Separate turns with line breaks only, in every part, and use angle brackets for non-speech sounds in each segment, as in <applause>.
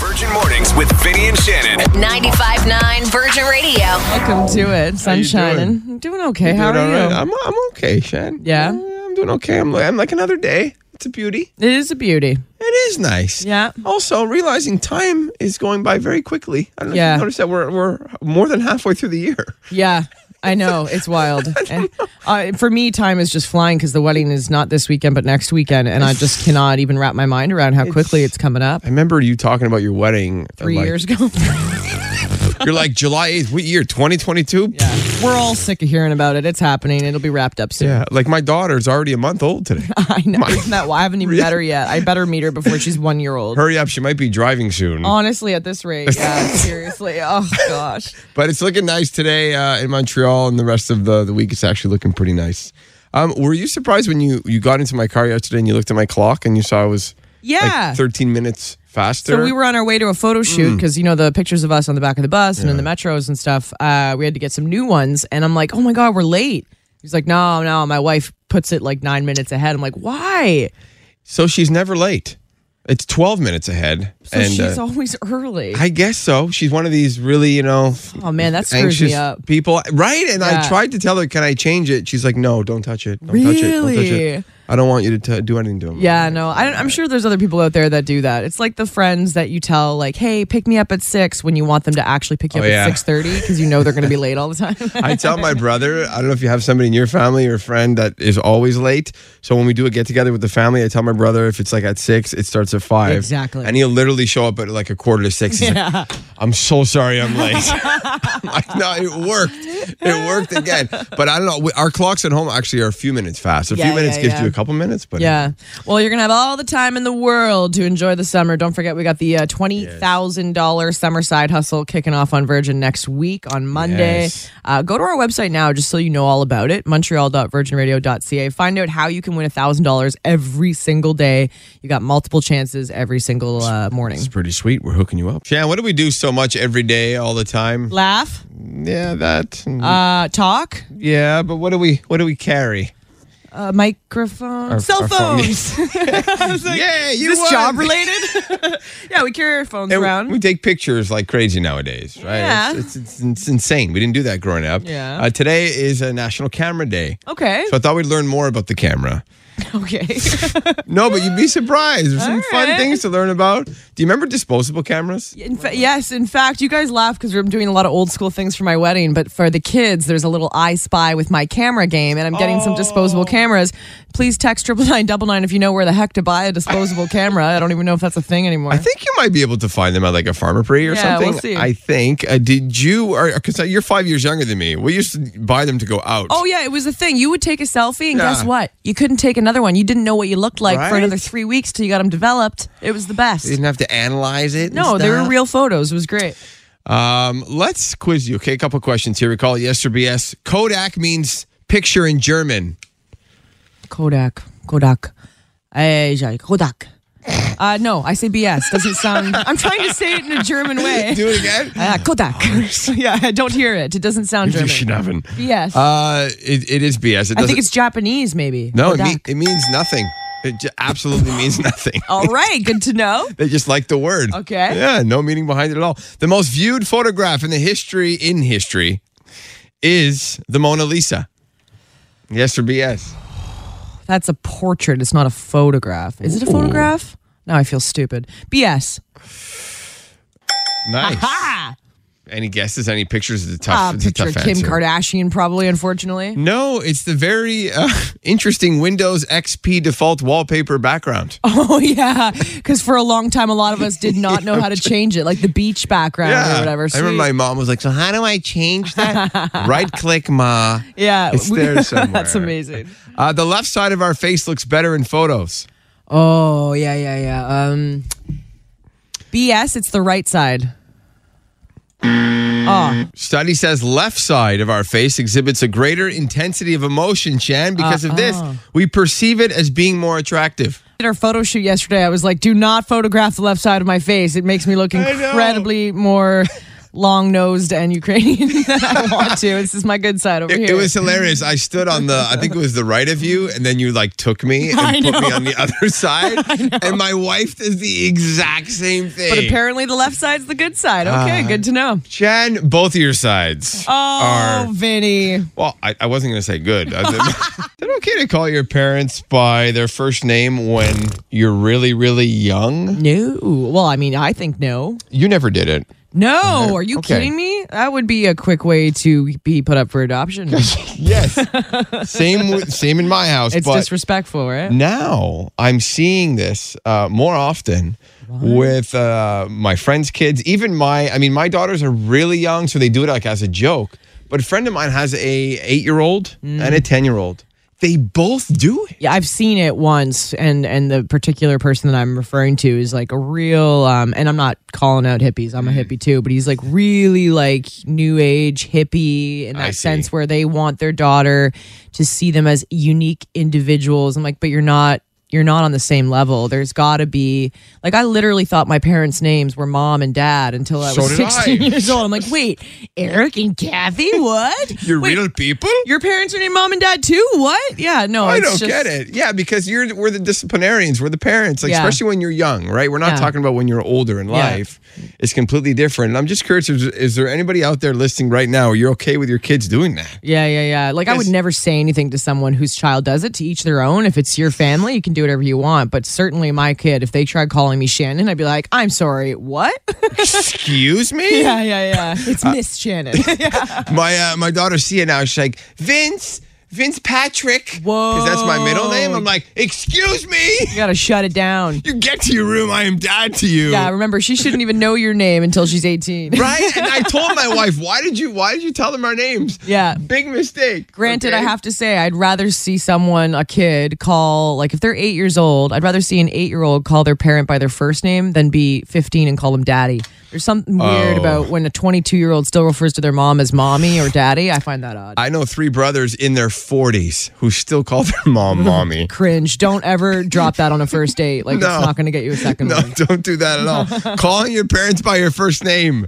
Virgin Mornings with Vinny and Shannon.
95.9 Virgin Radio.
Welcome to it. Sun's
How you
shining.
doing?
I'm doing okay.
You
How
doing
are you?
all right? I'm, I'm okay, Shan.
Yeah?
I'm doing okay. I'm, li- I'm like another day. It's a beauty.
it is a beauty.
It is nice.
Yeah.
Also, realizing time is going by very quickly. I don't know
Yeah.
if you noticed that we're, we're more than halfway through the year. <laughs>
Yeah. I know it's wild. And, uh, for me, time is just flying because the wedding is not this weekend, but next weekend, and I just cannot even wrap my mind around how quickly it's coming up.
I remember you talking about your wedding. uh,
Three
like-
years ago,
<laughs> You're like, July 8th, what year? 2022?
yeah. we're all sick of hearing about it. It's happening. It'll be wrapped up soon.
Yeah. Like, my daughter's already a month old today.
<laughs> I know. Isn't that why I haven't even met her yet? I better meet her before she's one year old.
Hurry up. She might be driving soon.
Honestly, at this rate, yeah, seriously. Oh
<laughs>
gosh.
But it's looking nice today uh, in Montreal, and the rest of the, the week it's actually looking pretty nice. Um, were you surprised when you, you got into my car yesterday and you looked at my clock and you saw I was
Yeah.
like 13 minutes faster?
So we were on our way to a photo
Mm.
shoot because you know the pictures of us on the back of the bus and in the metros and stuff. Uh, we had to get some new ones, and I'm like, oh my god, we're late. He's like, no, no, my wife puts it like nine minutes ahead. I'm like, why?
So she's never late. It's 12 minutes ahead.
So
and
she's
uh,
always early.
I guess so. She's one of these really, you know,
oh man, that screws
anxious
me up.
people. Right? And
Yeah.
I tried to tell her, can I change it? She's like, no, don't touch it. Don't touch it. Don't touch
Really?
it. I don't want you to t- do anything to him.
Yeah, no, I don't, I'm sure there's other people out there that do that. It's like the friends that you tell, like, "Hey, pick me up at six when you want them to actually pick you
Oh,
up
yeah.
at six thirty because you know they're going to be late all the
<laughs>
time.
I tell my brother, I don't know if you have somebody in your family or a friend that is always late. So when we do a get together with the family, I tell my brother if it's like at six, it starts at five.
Exactly.
And he'll literally show up at like a quarter to six. He's like, I'm so sorry I'm late. <laughs> I'm like, no, it worked. It worked again. But I don't know. We- Our clocks at home actually are a few minutes fast. A
Yeah,
few minutes
yeah,
gives
yeah.
you a couple minutes, but
Yeah. Well, you're going to have all the time in the world to enjoy the summer. Don't forget, we got the uh, $20,000 summer side hustle kicking off on Virgin next week on Monday.
Yes.
Uh, go to our website now just so you know all about it montreal.virginradio.ca. Find out how you can win $1,000 every single day. You got multiple chances every single uh, morning.
it's pretty sweet. We're hooking you up. Shan, what do we do so much every day, all the time?
Laugh,
Yeah, that. mm,
uh, talk,
yeah, but what do we what do we carry?
uh, microphone,
Our-
cell
<laughs> our phone.
phones. I was like,
yeah, you
is this
won.
job related? <laughs> yeah, we carry our phones
And we-
around.
We take pictures like crazy nowadays, right?
Yeah.
It's, it's, it's, it's insane. We didn't do that growing up.
Yeah.
Uh, today is a National Camera Day.
okay.
So I thought we'd learn more about the camera.
<laughs> Okay.
No, but you'd be surprised. There's some
All
fun
right.
things to learn about. Do you remember disposable cameras?
In fa- yes, in fact, you guys laugh because we're doing a lot of old school things for my wedding. But for the kids, there's a little I Spy with my camera game, and I'm getting some
Oh.
disposable cameras. Please text triple nine double nine if you know where the heck to buy a
<laughs>
disposable camera. I don't even know if that's a thing anymore.
I think you might be able to find them at like a farmer prix or
Yeah,
something.
we'll see.
I think. Uh, did you? Because you're five years younger than me. We used to buy them to go out.
Oh yeah, it was a thing. You would take a selfie, and
Yeah.
guess what? You couldn't take another one. You didn't know what you looked like for
Right?
another three weeks till you got them developed. It was the best.
You didn't have to analyze it. and
no, they were
stuff.
real photos. It was great.
Um, let's quiz you. Okay, a couple questions here. We call it yes or BS. Kodak means picture in German.
Kodak, Kodak, Ay, ay, Kodak. Uh, no, I say BS. Doesn't
<laughs>
sound. I'm trying to say it in a German <laughs> way.
Do it <laughs> again.
Uh, Kodak. <laughs> yeah, I don't hear it. It doesn't sound German.
Schnaven.
BS.
Uh, it, it is BS. It
I think
doesn't-
it's Japanese, maybe.
no. It, mean,
Kodak.
it means nothing. It j- absolutely
<laughs>
means nothing.
All right, good to know.
They just like the word.
Oh. Okay.
Yeah, no meaning behind it at all. The most viewed photograph in the history in history is the Mona Lisa. Yes or BS?
That's a portrait. It's not a photograph. Is it a photograph? Now I feel stupid. BS.
Nice.
Ah,
any guesses? Any pictures? It's a tough.
uh,
it's a
picture of
tough
Kim
answer.
Kardashian, probably. Unfortunately, <laughs>
No, it's the very uh, <laughs> interesting Windows XP default wallpaper background.
oh yeah, because for a long time, a lot of us did not know how
<laughs>
to change it, like the beach background or whatever.
I remember
Sweet.
my mom was like, "So how do I
<laughs>
change that?" right click, ma.
Yeah,
It's
we-
there somewhere.
<laughs> that's amazing.
Uh, the left side of our face looks better in photos.
Oh yeah, yeah, yeah. Um, BS. It's the right side. Oh,
Study says left side of our face exhibits a greater intensity of emotion, Chan. Because of this, we perceive it as being more attractive.
at our photo shoot yesterday, I was like, "Do not photograph the left side of my face. It makes me look
know.
incredibly more long nosed and Ukrainian <laughs> that I want to. This is my good side over
It,
here. <laughs>
it was hilarious. I stood on the, I think it was the right of you, and then you like
<laughs>
took me and
I
put me
know.
on the
<laughs>
other side. And my wife does the exact same thing.
but apparently the left side's the good side. Okay,
Ah.
good to know.
Jen, both of your sides
Oh,
are
Vinny.
well. I, I wasn't going to say good. I said- <laughs> Is it okay to call your parents by their first name when you're really, really young?
No. Well, I mean, I think no.
You never did it.
No. Are you
Okay.
kidding me? That would be a quick way to be put up for
<laughs>
adoption. it's
Yes. same. with- Same in my house. but
disrespectful, right?
now I'm seeing this uh, more often with uh, my friends' kids. Even my, I mean, my daughters are really young, so they do it like as a joke. But a friend of mine has a eight-year-old and a ten-year-old. They both do it.
Yeah, I've seen it once, and and the particular person that I'm referring to is like a real, um, and I'm not calling out hippies.
Mm.
I'm a hippie too, but he's like really like new age hippie in
I
that
see.
sense where they want their daughter to see them as unique individuals. I'm like, but you're not. You're not on the same level. There's got to be like I literally thought my parents' names were mom and dad until I
So
was
did I.
16 years old. I'm like, wait, Eric and Kathy, what?
<laughs> You're
Wait,
real people.
Your parents are named mom and dad too? What? Yeah, no, Oh,
I
it's
don't
just-
get it. Yeah, because you're we're the disciplinarians, we're the parents, like
Yeah.
especially when you're young, right? We're not
Yeah.
talking about when you're older in life. It's completely different. And I'm just curious: is, is there anybody out there listening right now? Are you okay with your kids doing
<laughs>
that?
Yeah, yeah, yeah. Like I would
Yes.
never say anything to someone whose child does it. To each their own. If it's your family, you can do whatever you want. But certainly my kid, if they tried calling me Shannon, I'd be like, I'm sorry, what? Uh,
Excuse me.
<laughs> yeah, yeah, yeah. It's Miss <laughs> Shannon.
My uh, my daughter Sia now. She's like Vince. Vince Patrick. Because that's my middle name. I'm like, excuse me.
you gotta shut it <laughs> down.
You get to your room. I am dad to you.
Yeah, remember she shouldn't even know your name until she's 18.
<laughs> Right? And I told
<laughs>
my wife, why did you why did you tell them our names?
Yeah.
Big mistake.
Granted, I
okay?
have to say, I'd rather see someone, a kid, call, like if they're eight years old, I'd rather see an eight year old call their parent by their first name than be 15 and call them daddy. There's something weird
Oh.
about when a 22 year old still refers to their mom as mommy or daddy. I find that odd.
I know three brothers in their 40s who still call their mom mommy.
Cringe. Don't ever drop that on a first date. Like,
No.
it's not going to get you a second
No, <laughs>
one.
don't do that at
<laughs>
all. Calling your parents by your first name.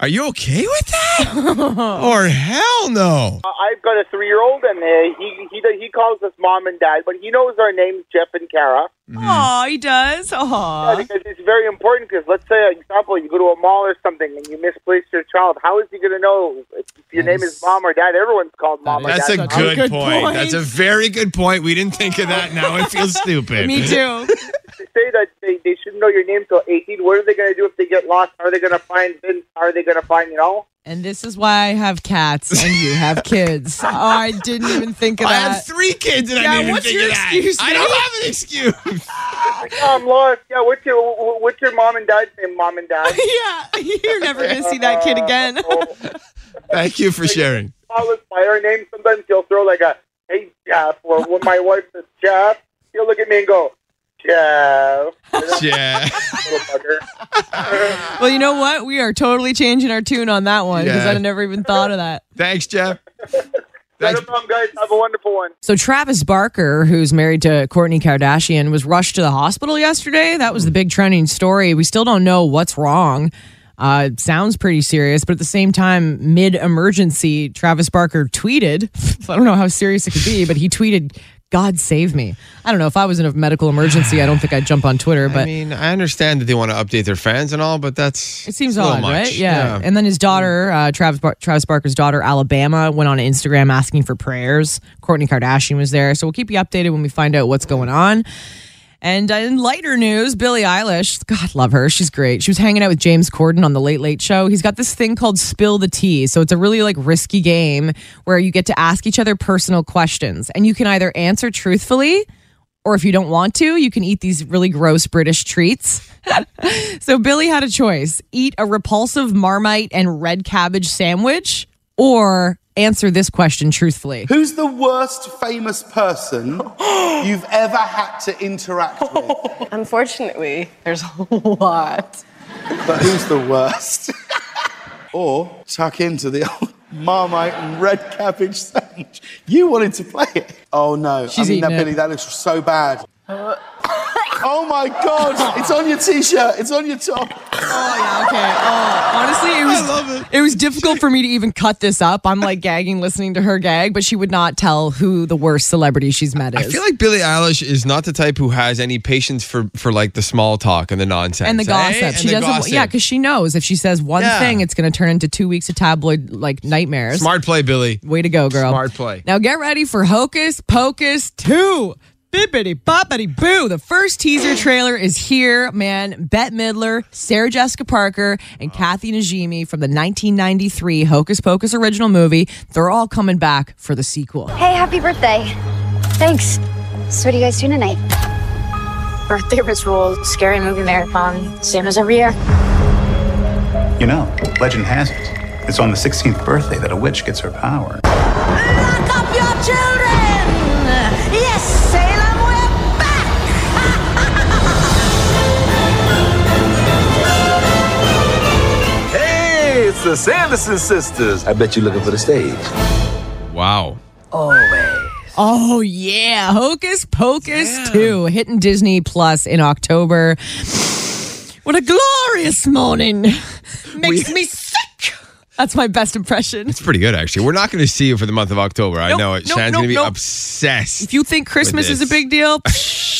Are you okay with that?
<laughs>
or hell no.
Oh,
I've got a three-year-old, and uh, he he he calls us mom and dad, but he knows our names, Jeff and Kara.
Aw, he does. Aw.
Because it's very important. Because let's say, example, you go to a mall or something, and you misplace your child. How is he going to know if your
That
name
is-
is mom or dad? Everyone's called mom or
is
That's
dad.
a
That's a
good,
good
point.
point.
That's a very good point. We didn't think of that. Now
<laughs>
it feels stupid.
Me too.
<laughs>
They say that they, they shouldn't know your name till 18. What are they going to do if they get lost? Are they going to find Vince? Are they going to find you know?
And this is why I have cats and you have
<laughs>
kids. Oh, I didn't even think of
I
that.
have three kids and
Yeah,
I didn't even
what's
think
your
of that.
excuse,
I don't have an
<laughs>
excuse.
Oh, I'm lost. Yeah, what's your wh- wh- what's your mom and dad's name? Mom and dad.
<laughs> yeah, <laughs> you're never going to see that kid
<laughs>
again.
Oh,
Thank you for sharing.
call us by our name. Sometimes he'll throw like a "Hey Jeff," or when my wife says Jeff, he'll look at me and go
<laughs>
Jeff. Little
<laughs>
Yeah.
bugger.
Well, you know what? We are totally changing our tune on that one because
Yeah.
I never even thought of that.
Thanks, Jeff.
Let
Thanks.
him know, guys. Have a wonderful one.
So Travis Barker, who's married to Courtney Kardashian, was rushed to the hospital yesterday. That
Hmm.
was the big trending story. We still don't know what's wrong. Uh, it sounds pretty serious, but at the same time, mid emergency, Travis Barker tweeted. <laughs> I don't know how serious it could be, but he tweeted, "God save me." I don't know if I was in a medical emergency. I don't think I'd jump on Twitter, but
I mean, I understand that they want to update their fans and all, but that's
It seems
a little
odd,
much.
right? Yeah. And then his daughter, uh, Travis, Bar- Travis Barker's daughter, Alabama, went on Instagram asking for prayers. Courtney Kardashian was there. So we'll keep you updated when we find out what's going on. And uh, in lighter news, Billie Eilish, God love her. She's great. She was hanging out with James Corden on the Late Late Show. He's got this thing called Spill the Tea. So it's a really like risky game where you get to ask each other personal questions and you can either answer truthfully or if you don't want to, you can eat these really gross British treats. so Billy had a choice eat a repulsive marmite and red cabbage sandwich or answer this question truthfully.
Who's the worst famous
<gasps>
person you've ever had to interact with?
Unfortunately, there's a <laughs> lot.
But who's the worst? <laughs> or tuck into the old <laughs> Marmite and red cabbage sandwich. You wanted to play it. Oh no.
She's
I mean, that,
eating it. Uh.
Billy, that looks so bad. oh my god. It's on your t shirt. It's on your top.
Oh, yeah, okay. Oh, honestly, honestly, it was, it was difficult for me to even cut this up. I'm like gagging listening to her gag, but she would not tell who the worst celebrity she's met
I
is.
feel like Billie Eilish is not the type who has any patience for, for like the small talk and the nonsense
and the
eh?
gossip.
And
she
the
doesn't.
gossip.
Yeah, because she knows if she says one
Yeah.
thing, it's going to turn into two weeks of tabloid like nightmares.
smart play, Billy.
Way to go, girl.
Smart play.
Now get ready for Hocus Pocus 2. Bippity boppity boo. The first teaser trailer is here, man. Bette Midler, Sarah Jessica Parker, and Kathy Najimy from the 1993 Hocus Pocus original movie. They're all coming back for the sequel.
Hey, happy birthday. Thanks. So, what are you guys doing tonight?
Birthday ritual, scary movie marathon, same as every year.
You know, legend has it. It's on the 16th birthday that a witch gets her power.
Lock up your children! Yes, Salem, we're back!
Hey, it's the Sanderson sisters. I bet you're looking for the stage.
Wow.
Oh yeah, Hocus Pocus 2 hitting Disney Plus in October. What a glorious morning. Makes me sick. That's my best impression.
It's pretty good, actually. We're not going to see you for the month of October. I
Nope,
know it.
nope,
Shan's
nope,
going to be
nope.
obsessed.
If you think Christmas is a
this.
big
<laughs>
deal, psh,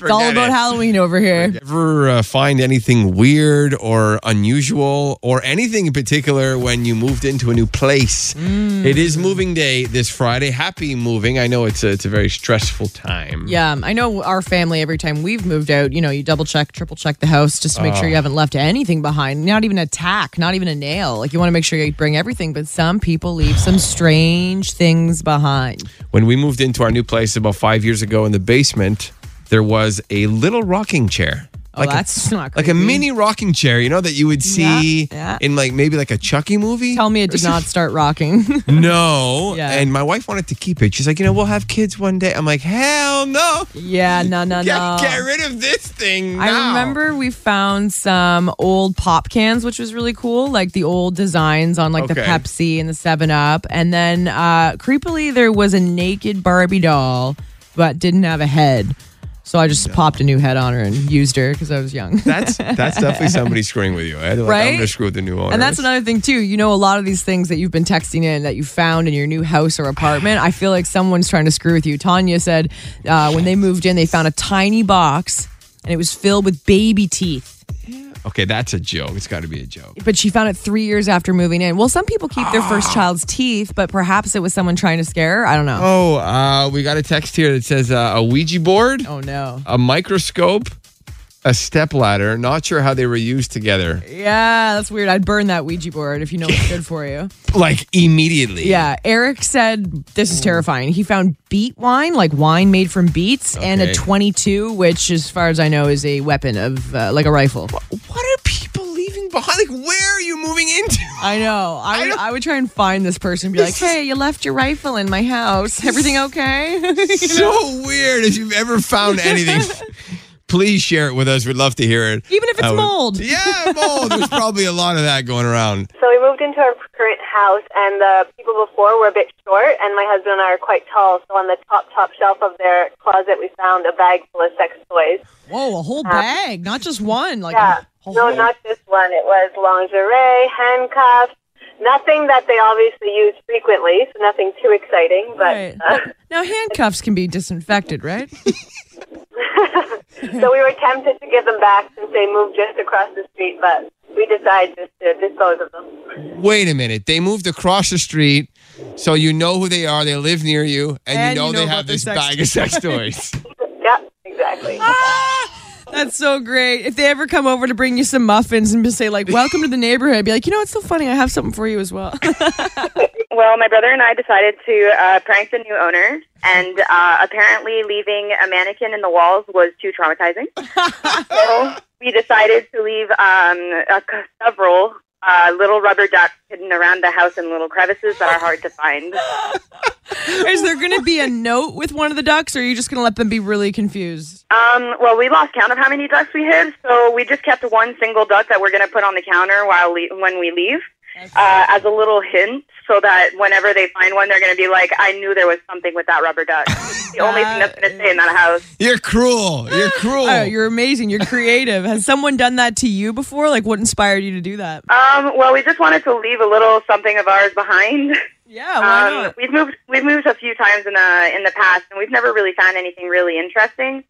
it's all
Forget
about
it.
Halloween over here.
ever uh, find anything weird or unusual or anything in particular when you moved into a new place.
Mm.
It is moving day this Friday. Happy moving. I know it's a, it's a very stressful time.
Yeah, um, I know our family, every time we've moved out, you know, you double check, triple check the house just to make
Ah.
sure you haven't left anything behind. Not even a tack, not even a nail. Like, you want to make sure you bring everything, but some people leave some strange things behind.
When we moved into our new place about five years ago in the basement, there was a little rocking chair.
Oh, that's not
like a
creepy.
mini rocking chair, you know, that you would see
yeah.
in like maybe like a Chucky movie.
Tell me it did not start rocking. <laughs>
No.
Yeah.
And my wife wanted to keep it. She's like, you know, we'll have kids one day. I'm like, hell no.
yeah, no,
<laughs>
no,
Get,
no.
get rid of this thing.
I
now.
remember we found some old pop cans, which was really cool, like the old designs on like the
Okay.
Pepsi and the Seven Up. And then uh, creepily, there was a naked Barbie doll, but didn't have a head. So I just popped a new head on her and used her because I was young.
That's that's definitely somebody screwing with you. eh? They're like,
Right?
I'm gonna screw with the new
<laughs>
owner.
And that's another thing too. You know, a lot of these things that you've been texting in that you found in your new house or apartment, I feel like someone's trying to screw with you. Tanya said uh, when they moved in, they found a tiny box and it was filled with baby teeth.
okay. That's a joke. It's got to be a joke.
But she found it three years after moving in. Well, some people keep their first child's teeth, but perhaps it was someone trying to scare her. I don't know.
Oh, uh, we got a text here that says uh, a Ouija board,
Oh, no.
a microscope, a stepladder. Not sure how they were used together.
Yeah, that's weird. I'd burn that Ouija board if you know it's good for <laughs> you.
Like immediately.
Yeah, Eric said this is terrifying. He found beet wine, like wine made from beets, and a
Okay.
22, which, as far as I know, is a weapon of uh, like a rifle.
What are people leaving behind? Like, where are you moving into? <laughs>
I know. I would,
don't-
I, would try and find this person and be like, "Hey, you left your rifle in my house. Everything okay?" <laughs>
so weird. If you've ever found anything, please share it with us. We'd love to hear it.
Even if it's
I would-
mold.
<laughs> Yeah, mold. There's probably a lot of that going around.
So we moved into our current house, and the people before were a bit short, and my husband and I are quite tall. So on the top, top shelf of their closet, we found a bag full of sex toys.
Whoa, a whole bag, not just one. Like,
Yeah.
a whole-
No, not this one. It was lingerie, handcuffs, nothing that they obviously use frequently, so nothing too exciting. But
Right.
uh, <laughs>
Now handcuffs can be disinfected, right? <laughs>
so we were tempted to give them back since they moved just across the street, but we decided just to dispose of them.
wait a minute. They moved across the street, so you know who they are. They live near you, and,
And
you know
you know
they
about
have
their
this
sex
bag
<laughs>
of sex toys.
Yep, exactly.
That's so great. If they ever come over to bring you some muffins and just say like, "Welcome to the neighborhood," I'd be like, "You know, it's so funny. I have something for you as well." <laughs>
Well, my brother and I decided to uh, prank the new owner, and uh, apparently leaving a mannequin in the walls was too traumatizing. so we decided to leave um, a, c- several uh, little rubber ducks hidden around the house in little crevices that are hard to find.
Is there going to be a note with one of the ducks, or are you just going to let them be really confused?
Um, well, we lost count of how many ducks we hid, so we just kept one single duck that we're going to put on the counter while le- when we leave. uh, as a little hint so that whenever they find one, they're going to be like, I knew there was something with that rubber duck. It's the only thing that's going to stay in that house.
You're cruel. You're cruel.
<laughs> Oh, you're amazing. You're creative. Has someone done that to you before? Like, what inspired you to do that?
Um, well, we just wanted to leave a little something of ours behind.
Yeah, why
um,
not?
We've moved we've moved a few times in the in the past, and we've never really found anything really interesting.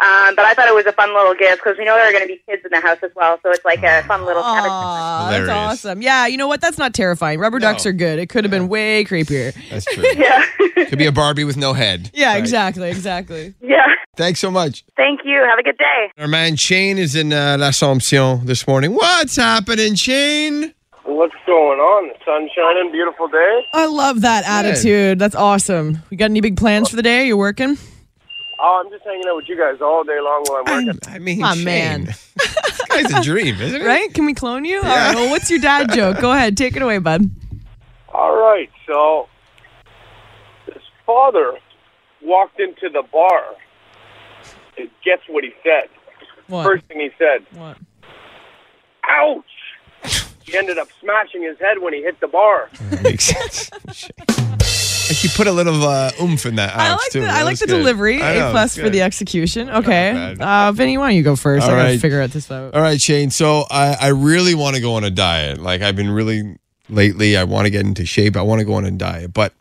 Um, but I thought it was a fun little gift because we know there are going to be kids in the house as well, so it's like a fun little. kind of-
Aw, that's
Hilarious.
awesome. Yeah, you know what? That's not terrifying. Rubber ducks are good. It could have been way creepier.
That's true.
Yeah, <laughs>
Could be a Barbie with no head.
Yeah, exactly, exactly.
yeah.
Thanks so much.
Thank you. Have a good day.
Our man Shane is in uh, L'Assomption this morning. What's happening, Shane?
What's going on? The sun shining, beautiful day.
I love that attitude. That's awesome. You got any big plans for the day? You're working?
Oh, I'm just hanging out with you guys all day long while I'm working.
I mean,
Aw,
Shane.
man.
<laughs> this guy's a dream, isn't it?
Right? Can we clone you? All right. Well, what's your dad joke? Go ahead. Take it away, bud.
Mm.
All right, so this father walked into the bar. And guess what he said?
What?
First thing he said,
What?
ouch! He ended up smashing his head when he hit the bar.
Makes sense. like you put a little uh, oomph in that.
I
ouch,
like
too.
the,
That
I like
was
the
good.
delivery.
I know,
a plus
it's
for the
good.
execution. Okay.
bad.
Uh, Vinny, why don't you go first?
All
I gotta
right.
figure out this out.
All right, Shane. So I, I really want to go on a diet. Like I've been really lately. I want to get into shape. I want to go on a diet, but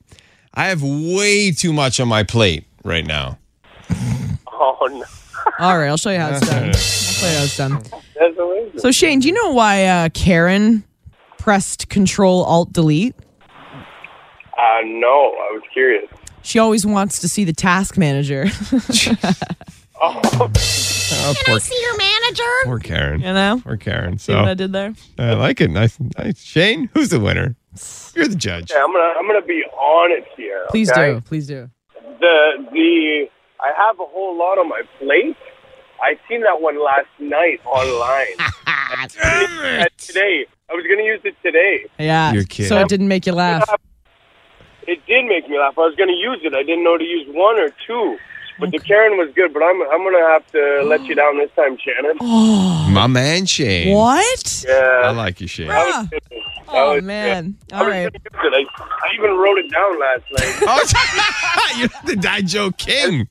I have way too much on my plate right now.
Oh, no.
All right. I'll show you how it's
<laughs>
done. I'll show you how it's done.
That's amazing.
So Shane, do you know why uh, Karen pressed Control Alt Delete?
Uh, no, I was curious.
She always wants to see the task manager. <laughs>
Oh,
Oh, poor,
your manager?
poor Karen.
You know?
Poor Karen.
See what I
So
did there?
I like it. Nice, nice. Shane, who's the winner? You're the judge.
yeah, I'm gonna I'm gonna be honest here.
Please
okay?
do. Please do.
the the I have a whole lot on my plate. I seen that one last night
<laughs>
online. And today, I was gonna use it today.
Yeah.
You're kidding.
So it didn't make you laugh.
It did make me laugh. I was gonna use it. I didn't know to use one or two. But the Karen was good. But I'm I'm gonna have to let you down this time, Shannon.
Oh.
My man, Shane.
What?
I
Yeah.
like you, Shane. <laughs>
Bruh.
That
Oh
was
man.
good. I
All
was
right.
gonna use it. I, I even wrote it down last night,
Oh, you're the dad joke king.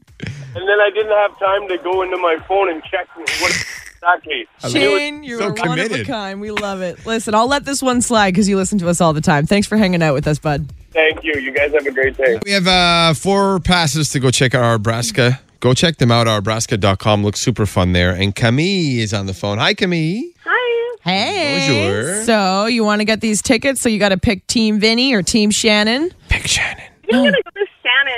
and then I didn't have time to go into my phone and check what exactly.
Shane, you're
So
a one of a
committed.
kind. We love it. Listen, I'll let this one slide because you listen to us all the time. Thanks for hanging out with us, bud.
Thank you. You guys have a great day.
We have uh, four passes to go check out our Nebraska. Go check them out. Arbraska.com looks super fun there. And Camille is on the phone. Hi, Camille.
Hi.
Hey.
Bonjour.
So you want to get these tickets? So you got to pick Team Vinny or Team Shannon.
Pick Shannon.
I'm gonna go to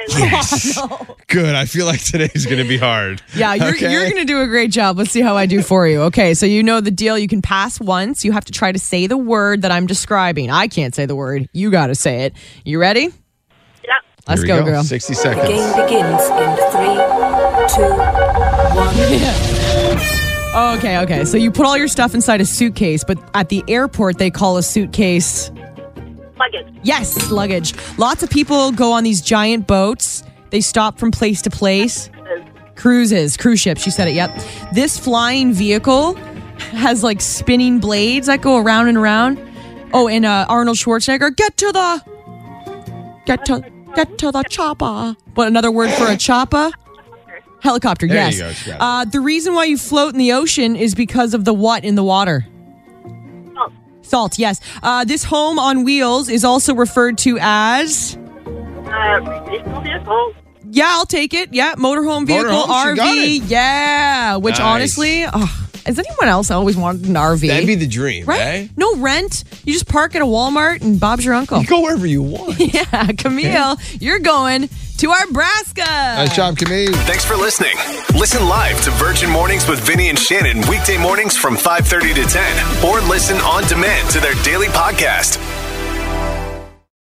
Shannon.
Yes. Good. I feel like today's going to be hard.
Yeah, you're,
Okay.
you're going to do a great job. Let's see how I do for you. Okay, so you know the deal. You can pass once. You have to try to say the word that I'm describing. I can't say the word. You got to say it. You ready?
Yeah.
Let's
Here we
go, girl.
60 seconds.
begins in three, two, one.
Oh, okay, okay. So you put all your stuff inside a suitcase, but at the airport, they call a suitcase.
Luggage.
Yes, luggage. Lots of people go on these giant boats. They stop from place to place. Cruises, cruise ships. She said it. Yep. This flying vehicle has like spinning blades that go around and around. Oh, and uh, Arnold Schwarzenegger, get to the, get to, get to the chopper. What another word for a chopper? Helicopter.
There
yes.
you go, she got it.
Uh, the reason why you float in the ocean is because of the what in the water.
Salt.
Salt, yes. Uh, this home on wheels is also referred to as.
Uh, recreational vehicle.
Yeah, I'll take it. Yeah, motorhome vehicle,
Motorhome, she got
RV.
it.
Yeah, which
Nice.
honestly, oh, is anyone else always wanted an RV?
That'd be the dream,
right?
eh?
No rent. You just park at a Walmart and Bob's your
<laughs>
uncle.
You go wherever you
<laughs>
want.
yeah, Camille, you're going to our Braska.
Nice job, Camille.
Thanks for listening. Listen live to Virgin Mornings with Vinny and Shannon weekday mornings from 5:30 to 10 or listen on demand to their daily podcast.